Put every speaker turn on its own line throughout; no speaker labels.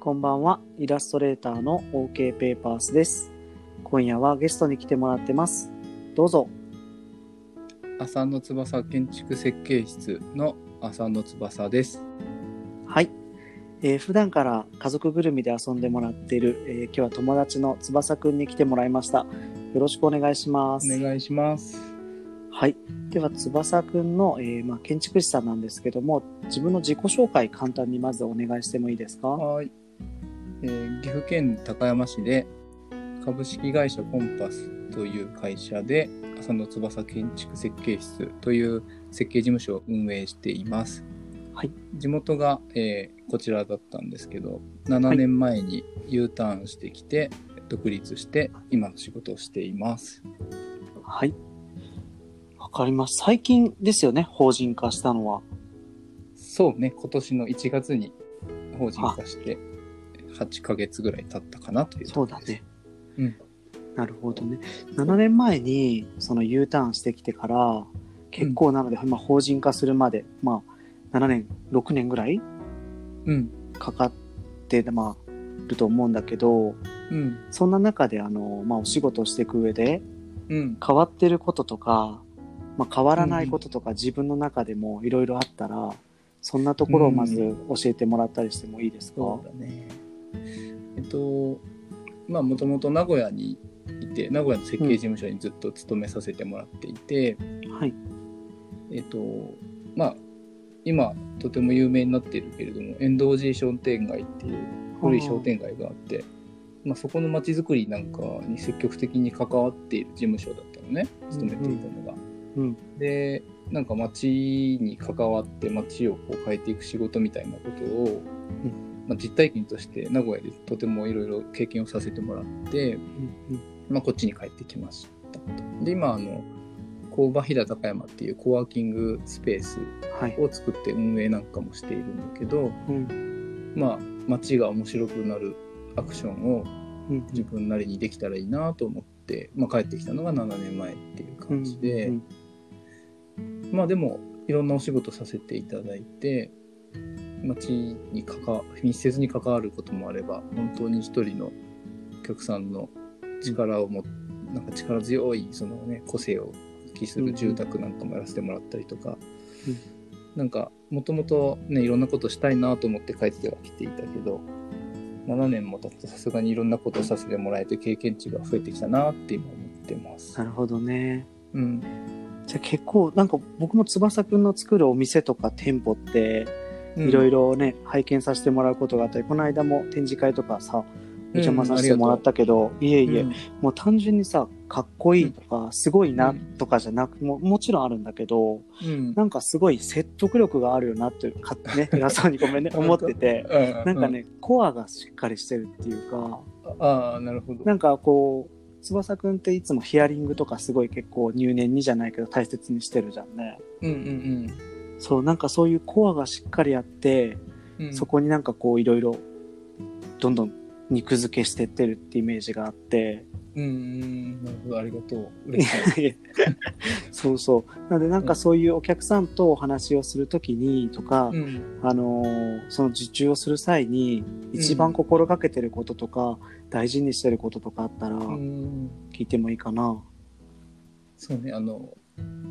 こんばんは。イラストレーターの OK ペーパースです。今夜はゲストに来てもらってます。どうぞ。
浅野翼建築設計室の浅野翼です。
はい。えー普段から家族ぐるみで遊んでもらっている、えー今日は友達の翼くんに来てもらいました。よろしくお願いします。
お願いします。
はい。では、翼くんの、えーまあ、建築士さんなんですけども、自分の自己紹介簡単にまずお願いしてもいいですか
はい、えー岐阜県高山市で株式会社コンパスという会社で浅野翼建築設計室という設計事務所を運営しています。
はい、
地元が、えーこちらだったんですけど7年前に U ターンしてきて独立して今の仕事をしています。
はい。わかります。最近ですよね、法人化したのは。
そうね、今年の1月に法人化して8ヶ月ぐらい経ったかなという
そう
と
だ
ころで
ね。
す。うん
なるほどね。7年前にその U ターンしてきてから、結構なので、まあ、法人化するまで、まあ、7年、6年ぐらい
うん、
かかって、まあ、ると思うんだけど、
うん、
そんな中で、あの、まあ、お仕事をしていく上で、
うん、
変わってることとか、まあ、変わらないこととか、自分の中でもいろいろあったら、そんなところをまず教えてもらったりしてもいいですか、
そうだね。えっと、まあ、もともと名古屋にいて、名古屋の設計事務所にずっと勤めさせてもらっていて、
はい。
えっと、まあ、今、とても有名になっているけれども、遠藤寺商店街っていう古い商店街があって、まあ、そこの街づくりなんかに積極的に関わっている事務所だったのね勤めていたのが。
うん
でなんか街に関わって街をこう変えていく仕事みたいなことを、
うん
まあ、実体験として名古屋でとてもいろいろ経験をさせてもらって、
うんうん
まあ、こっちに帰ってきましたと。で今あの工場平高山っていうコワーキングスペース
はい。
を作って運営なんかもしているんだけど、
うん
まあ、街が面白くなるアクションを
うん
自分なりにできたらいいなと思って、まあ、帰ってきたのが7年前っていう感じで、
うん
まあでもいろんなお仕事させていただいて街に関わ密接に関わることもあれば本当に一人のお客さんの力をもなんか力強いその、ね、個性を発揮する住宅なんかもやらせてもらったりとか、
うん
なんかもともとねいろんなことしたいなと思って帰ってはきていたけど7年も経ってさすがにいろんなことをさせてもらえて経験値が増えてきたなって今思ってます
な。るほどね。
うん
じゃあ結構なんか僕も翼くんの作るお店とか店舗っていろい
ろ
ろね、拝見させてもらうことがあったりこの間も展示会とかさお邪魔させて
うん
もらったけど、いえいえ、
うん
もう単純にさかっこいいとかすごいな
うん
とかじゃなく、ももちろんあるんだけど
うん
なんかすごい説得力があるよなってかね偉そうにご めんね思ってて
な
なんか、ね、コアがしっかりしてるっていうか
ああ、なるほど。
なんかこう翼くんっていつもヒアリングとかすごい結構入念にじゃないけど大切にしてるじゃんね。
うんうん
そう、なんかそういうコアがしっかりあって、
うんうん。
そこになんかこういろいろ、どんどん肉付けしてってるってイメージがあって、
うんうん。なるほど、ありがとう。嬉しい。
そうそう。なのでなんかそういうお客さんとお話をするときにとか、
うん
あのーその受注をする際に、一番心がけてることとか、大事にしてることとかあったら、
うん。
聞いてもいいかな。
そうね、あの、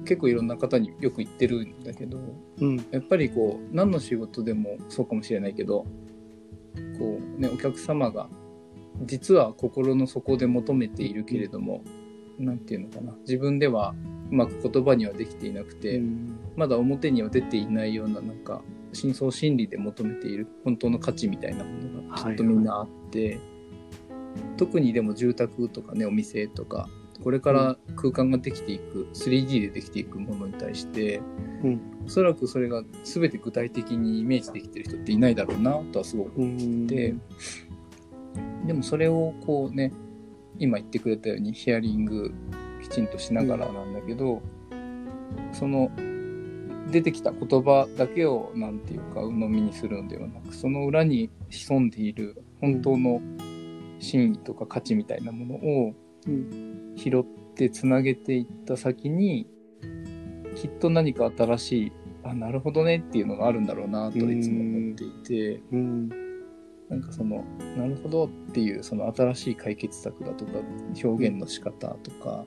結構いろんな方によく言ってるんだけど、
うん、
やっぱりこう、何の仕事でもそうかもしれないけど、こうね、お客様が、実は心の底で求めているけれども、なんていうのかな、自分ではうまく言葉にはできていなくて、
うん
まだ表には出ていないようななんか深層心理で求めている本当の価値みたいなものがきっとみんなあって、特にでも住宅とかねお店とかこれから空間ができていく、3D でできていくものに対して、
うん
おそらくそれが全て具体的にイメージできてる人っていないだろうなとはすごく
うん
ででもそれをこうね今言ってくれたようにヒアリングきちんとしながらなんだけど、その出てきた言葉だけをなんていうか鵜呑みにするのではなくその裏に潜んでいる本当の真意とか価値みたいなものを
うん
拾ってつなげていった先にきっと何か新しいあなるほどねっていうのがあるんだろうなといつも思っていて。
うん
なんかそのなるほどっていうその新しい解決策だとか表現の仕方とか、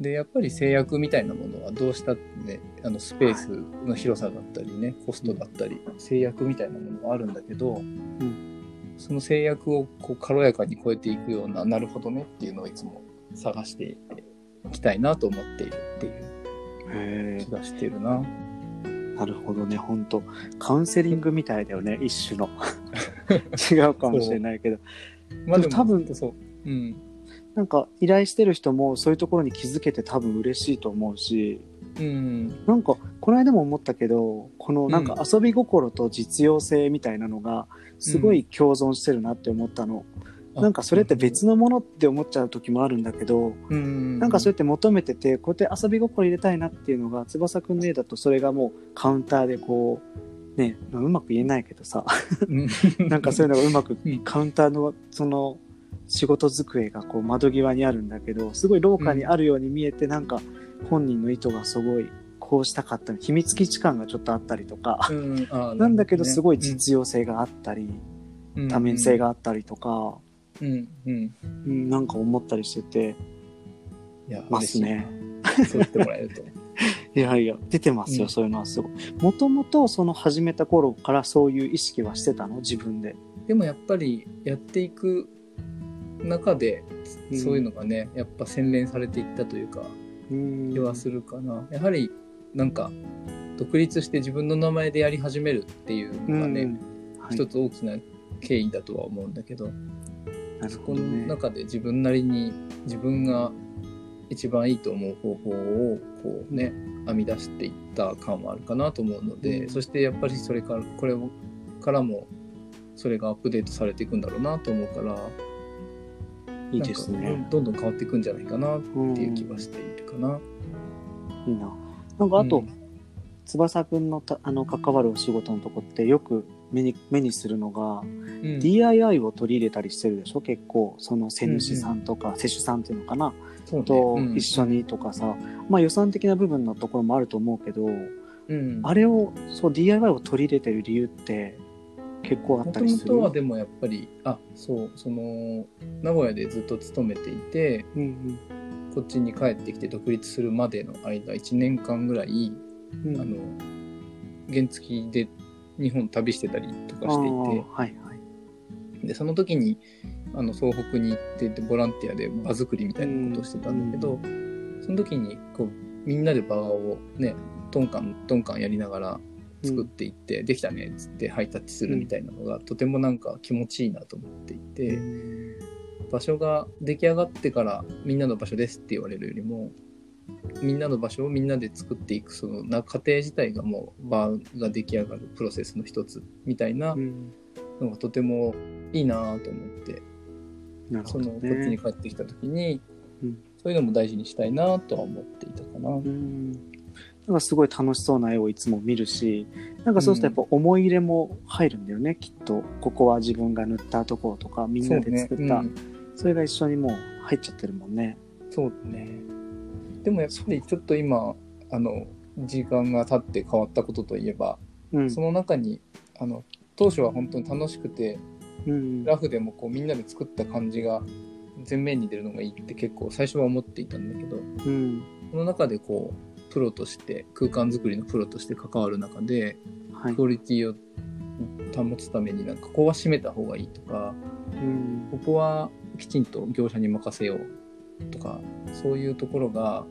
でやっぱり制約みたいなものはどうしたってあのスペースの広さだったりねコストだったり制約みたいなものはあるんだけど、その制約をこう軽やかに超えていくようななるほどねっていうのをいつも探していきたいなと思っているっていう
へ
気がしてるな。
えなるほどね本当カウンセリングみたいだよね一 種の違うかもしれないけど
まあ
でも多分
そう、うん、
なんか依頼してる人もそういうところに気づけて多分嬉しいと思うし
うん、
なんかこの間も思ったけどこのなんか遊び心と実用性みたいなのがすごい共存してるなって思ったの、
あ
なんかそれって別のものって思っちゃう時もあるんだけど、
うん、
なんかそうやって求めててこうやって遊び心入れたいなっていうのが翼くんの絵だとそれがもうカウンターでこうねうまく言えないけどさ
うん
なんかそういうのがうまく
うん
カウンターのその仕事机がこう窓際にあるんだけどすごい廊下にあるように見えてなんか本人の意図がすごいこうしたかった秘密基地感がちょっとあったりとか
うんあー
なんだけど
ね
すごい実用性があったり
うん
多面性があったりとか
うんうん
うんなんか思ったりしてて
いや
ますね
嬉しいなそう言ってもらえると
いやいや、出てますよ、
うん
そういうのはすごい。もともと、その始めた頃からそういう意識はしてたの自分で。
でもやっぱりやっていく中で
うん
そういうのがね、やっぱ洗練されていったというか
うん
気はするかな、やはりなんか独立して自分の名前でやり始めるっていうのがね、
はい
一つ大きな経緯だとは思うんだけど、
なる
そ
ほ
こ
ど
の
ね。
中で自分なりに自分が一番いいと思う方法をこうね編み出していった感はあるかなと思うので、
うん
そしてやっぱりそれからこれをからもそれがアップデートされていくんだろうなと思うから
いいです
なん
ね。
かどんどん変わっていくんじゃないかなって
うん
いう気はしているかな。
いいな。なんか、あと、
うん
翼くんのたあの関わるお仕事のとこって、よく目に目にするのが、
うん
DIY を取り入れたりしてるでしょ結構、その、施主さんとか、施主さんっていうのかな、
そうね
と
うん
一緒にとかさ、まあ予算的な部分のところもあると思うけど、
うん
あれを、そう、DIY を取り入れてる理由って結構あっ
も
た
と
り
も
する。
とはでもやっぱりあそうその名古屋でずっと勤めていて
うん
こっちに帰ってきて独立するまでの間1年間ぐらい
うんうん
あの原付きで日本旅してたりとかしてい
あーはいはい。
てでその時にあの総北に行っててボランティアで場作りみたいなことをしてたんだけど、その時にこうみんなでバーをねトンカントンカンやりながら作っていって、できたねっつってハイタッチするみたいなのが、とてもなんか気持ちいいなと思っていて、場所が出来上がってからみんなの場所ですって言われるよりもみんなの場所をみんなで作っていくそのな過程自体がもう場が出来上がるプロセスの一つみたいな
うん
のがとてもいいなぁと思って、
なる
そ
ほど
のこっちに
ね。
帰ってきた時に、
うん
そういうのも大事にしたいなぁとは思っていたかな。
うんなんかすごい楽しそうな絵をいつも見るし、なんかそうするとやっぱ思い入れも入るんだよね、きっと。ここは自分が塗ったとことか、みんなで作った。そ,、
そうね,、
れが一緒にもう入っちゃってるもんね。
うん、そうねでもやっぱりちょっと今あの時間が経って変わったことといえば、
うん。
その中にあの当初は本当に楽しくて
うん
ラフでもこうみんなで作った感じが前面に出るのがいいって結構最初は思っていたんだけど
うん。
その中でこうプロとして空間作りのプロとして関わる中で
はい
ク。オリティを保つためになんかここは閉めた方がいいとか
うん。
ここはきちんと業者に任せようとかそういうところが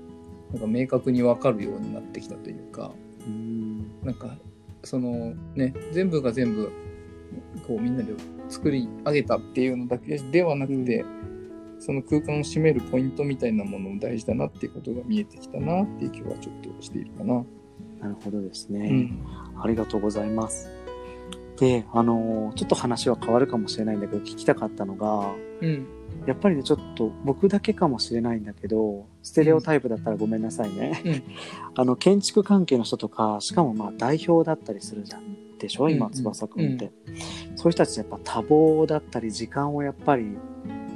なんか明確に分かるようになってきたというか
うん
なんかそのね全部が全部こうみんなで作り上げたっていうのだけではなくて、その空間を占めるポイントみたいなものも大事だなっていうことが見えてきたなっていう気はちょっとしているかな。
なるほどです
う
ね。
ん
ありがとうございます。で、あのーちょっと話は変わるかもしれないんだけど、聞きたかったのが、
うん
やっぱりね、ちょっと僕だけかもしれないんだけど、ステレオタイプだったらごめんなさいね。
うん
あの、建築関係の人とか、しかもまあ代表だったりするじゃん。でしょ
う
今、
ん
翼くんって。そういう人たちやっぱ多忙だったり、時間をやっぱり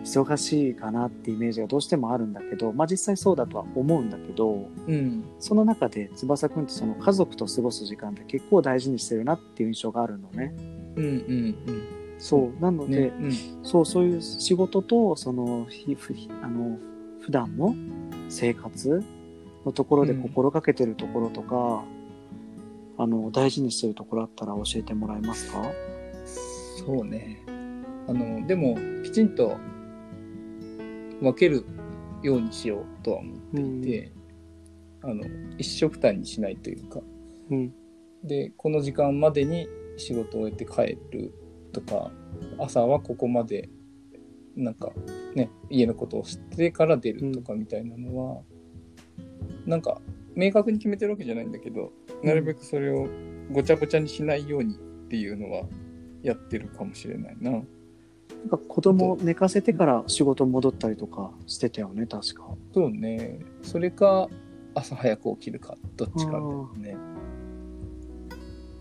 忙しいかなってイメージがどうしてもあるんだけど、まあ実際そうだとは思うんだけど、
うん
その中で翼くんってその家族と過ごす時間って結構大事にしてるなっていう印象があるのね。
うんうんうん
そうなので、
ね、うん
そうそういう仕事とそのひふあの普段の生活のところで
うん
心がけてるところとか、あの大事にしてるところあったら教えてもらえますか
そうねあのでもきちんと分けるようにしようとは思っていて、あの一色単にしないというか
うん
でこの時間までに仕事を終えて帰るとか朝はここまでなんかね家のことをしてから出るとかみたいなのは、なんか明確に決めてるわけじゃないんだけどなるべくそれをごちゃごちゃにしないようにっていうのはやってるかもしれないな。
なんか子供を寝かせてから仕事戻ったりとかしてたよね確か
そうね。それか、朝早く起きるか、どっちかみたいなね。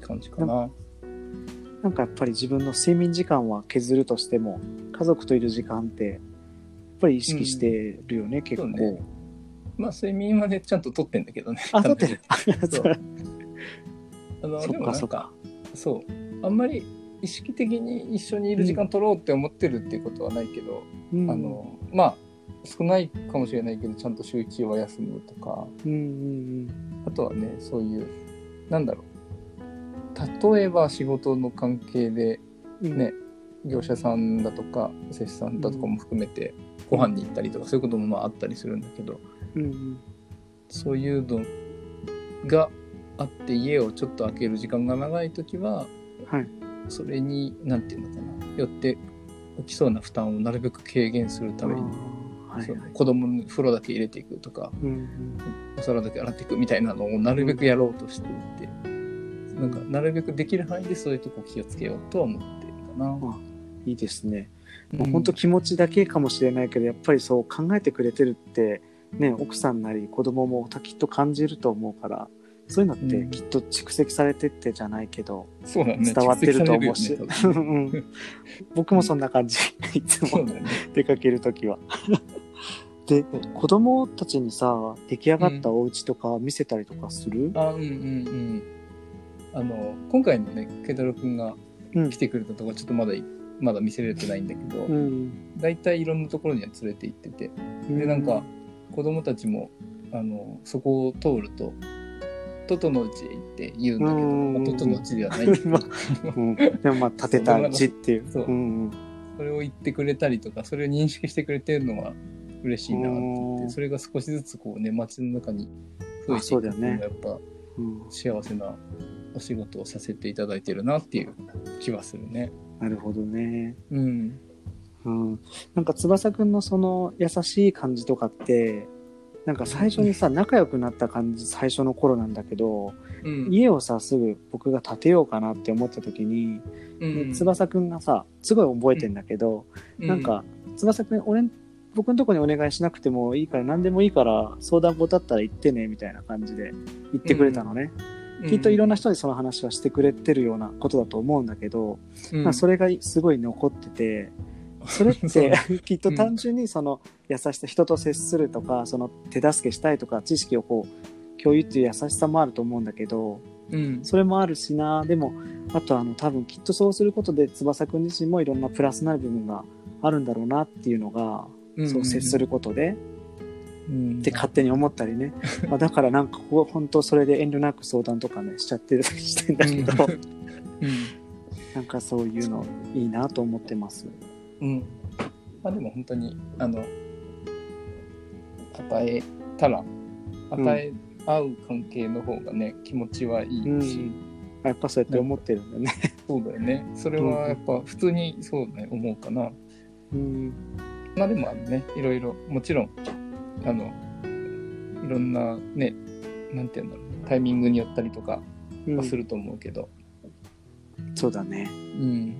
感じかな。
なんかやっぱり自分の睡眠時間は削るとしても家族といる時間ってやっぱり意識してるよね、結構、
そうねまあ、睡眠はね、ちゃんと取ってんだけどね。
あ撮ってる
そ
そうう
あの、
そ
で
っ
も
か
な
そ
ん
っか
か、そう。あんまり意識的に一緒にいる時間取ろうって思ってるっていうことはないけど、
うん
あの、まあ、少ないかもしれないけど、ちゃんと週一は休むとか、
うんうん
あとはね、そういう、なんだろう。例えば仕事の関係で、
うんうん
ね業者さんだとか施主さんだとかも含めてご飯に行ったりとかそういうこともまああったりするんだけど
うんうん
そういうのがあって家をちょっと開ける時間が長い時は
はい
それに何て言うのかなよって起きそうな負担をなるべく軽減するために、
あーはい
その
はい
子供の風呂だけ入れていくとか
うんうん
お皿だけ洗っていくみたいなのをなるべくやろうとしていて、なんかなるべくできる範囲でそういうとこ気をつけようとは思ってるかな。
いいですね、
うん
もう本当気持ちだけかもしれないけどやっぱりそう考えてくれてるってね奥さんなり子供もきっと感じると思うからそういうのってきっと蓄積されてってじゃないけど、
そうだね
伝わってると思うし、
蓄積
う
されるよね多分ね
んうん僕もそんな 感じいつ
そ
も
うだね。
出かける時は で子供たちにさ出来上がったお家とか見せたりとかする、
あ、うんうんうん。あの、今回のね、ケイタロウくんが
うん
来てくれたとこ、ちょっとまだ、まだ見せれてないんだけど
う、ん、
大体いろんなところには連れて行ってて、で、なんか、子供たちも、あの、そこを通ると、トトのうちへ行って言うんだけど、
うん
まあ、トトのうちではないんだけど
ま あうん、でもまあ建てた家っていう。
そう
うんうん
それを言ってくれたりとか、それを認識してくれてるのが嬉しいなって言っ
う
て、
ん
それが少しずつこうね、街の中に増えていくっていうのがやっぱ、
うん
幸せなお仕事をさせていただいてるなっていう気はするね。
なるほどね。
うん。
うん、なんか翼くんのその優しい感じとかってなんか最初にさ仲良くなった感じ最初の頃なんだけど
うん、
家をさすぐ僕が建てようかなって思った時に、
うん、
翼くんがさすごい覚えてんだけど、
う
なん、か翼くん俺ん僕のとこにお願いしなくてもいいから何でもいいから相談事あったら言ってねみたいな感じで言ってくれたのね、きっといろんな人にその話はしてくれてるようなことだと思うんだけど、
うん、
まあ、それがすごい残っててそれっ
そう
てきっと単純にその優しさ人と接するとかその手助けしたいとか知識をこう共有っていう優しさもあると思うんだけど
うん、
それもあるしなでもあとあの多分きっとそうすることで翼くん自身もいろんなプラスなる部分があるんだろうなっていうのが、そう接することで
うん
って勝手に思ったりね、まあ、だからなんかここ本当それで遠慮なく相談とかねしちゃってるしてんだけど
うん
なんかそういうのいいなと思ってます。
うん。まあでも本当に、あの、与えたら、与え合う関係の方がね、気持ちはいいし、
うん、やっぱそうやって思ってるんだね。
そうだよね。それはやっぱ普通にそうね、思うかな。
うん、
まあでもあのね、いろいろ、もちろん、あの、いろんなね、なんて言うんだろう、タイミングによったりとかはすると思うけど、
そうだね。
うん。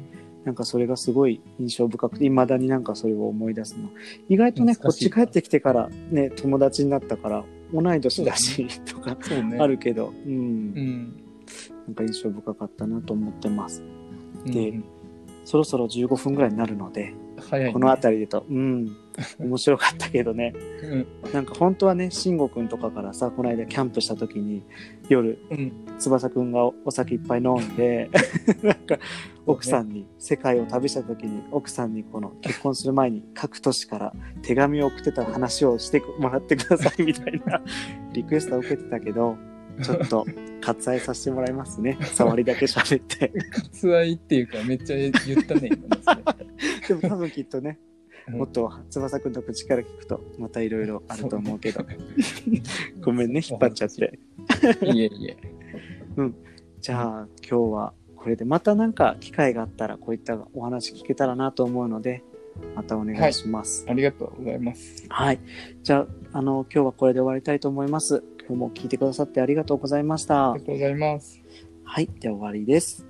なんかそれがすごい印象深くて、未だになんかそれを思い出すの。意外とね、こ
懐
っ
かしい
ち帰ってきてからね、友達になったから、同い年だし、とか
そうね。
あるけど、うん、
う。
なんんか印象深かったなと思ってます。
うん。
でそろそろ15分ぐらいになるので、
早い、ね。
この辺りでと、うん、面白かったけどね、
うん
なんか本当はね、慎吾くんとかからさ、この間キャンプした時に、夜、
うん。
翼くんがおお酒いっぱい飲んで、なんか奥さんに、世界を旅した時に、奥さんにこの結婚する前に各都市から手紙を送ってた話をしてもらってくださいみたいなリクエストを受けてたけど、ちょっと割愛させてもらいますね。触りだけ喋って。
割愛っていうか、めっちゃ言ったね、今ねそれ
でも多分きっとね、
うん
もっと翼くんの口から聞くと、またいろいろあると思う けど、ごめんね、引っ張っちゃって。
いえいえ。
じゃあ今日はこれでまたなんか機会があったらこういったお話聞けたらなと思うのでまたお願いします。
ありがとうございます。
はい。じゃああの今日はこれで終わりたいと思います。今日も聞いてくださってありがとうございまし
あ
た
りが。とうございます。
はい。では終わりです。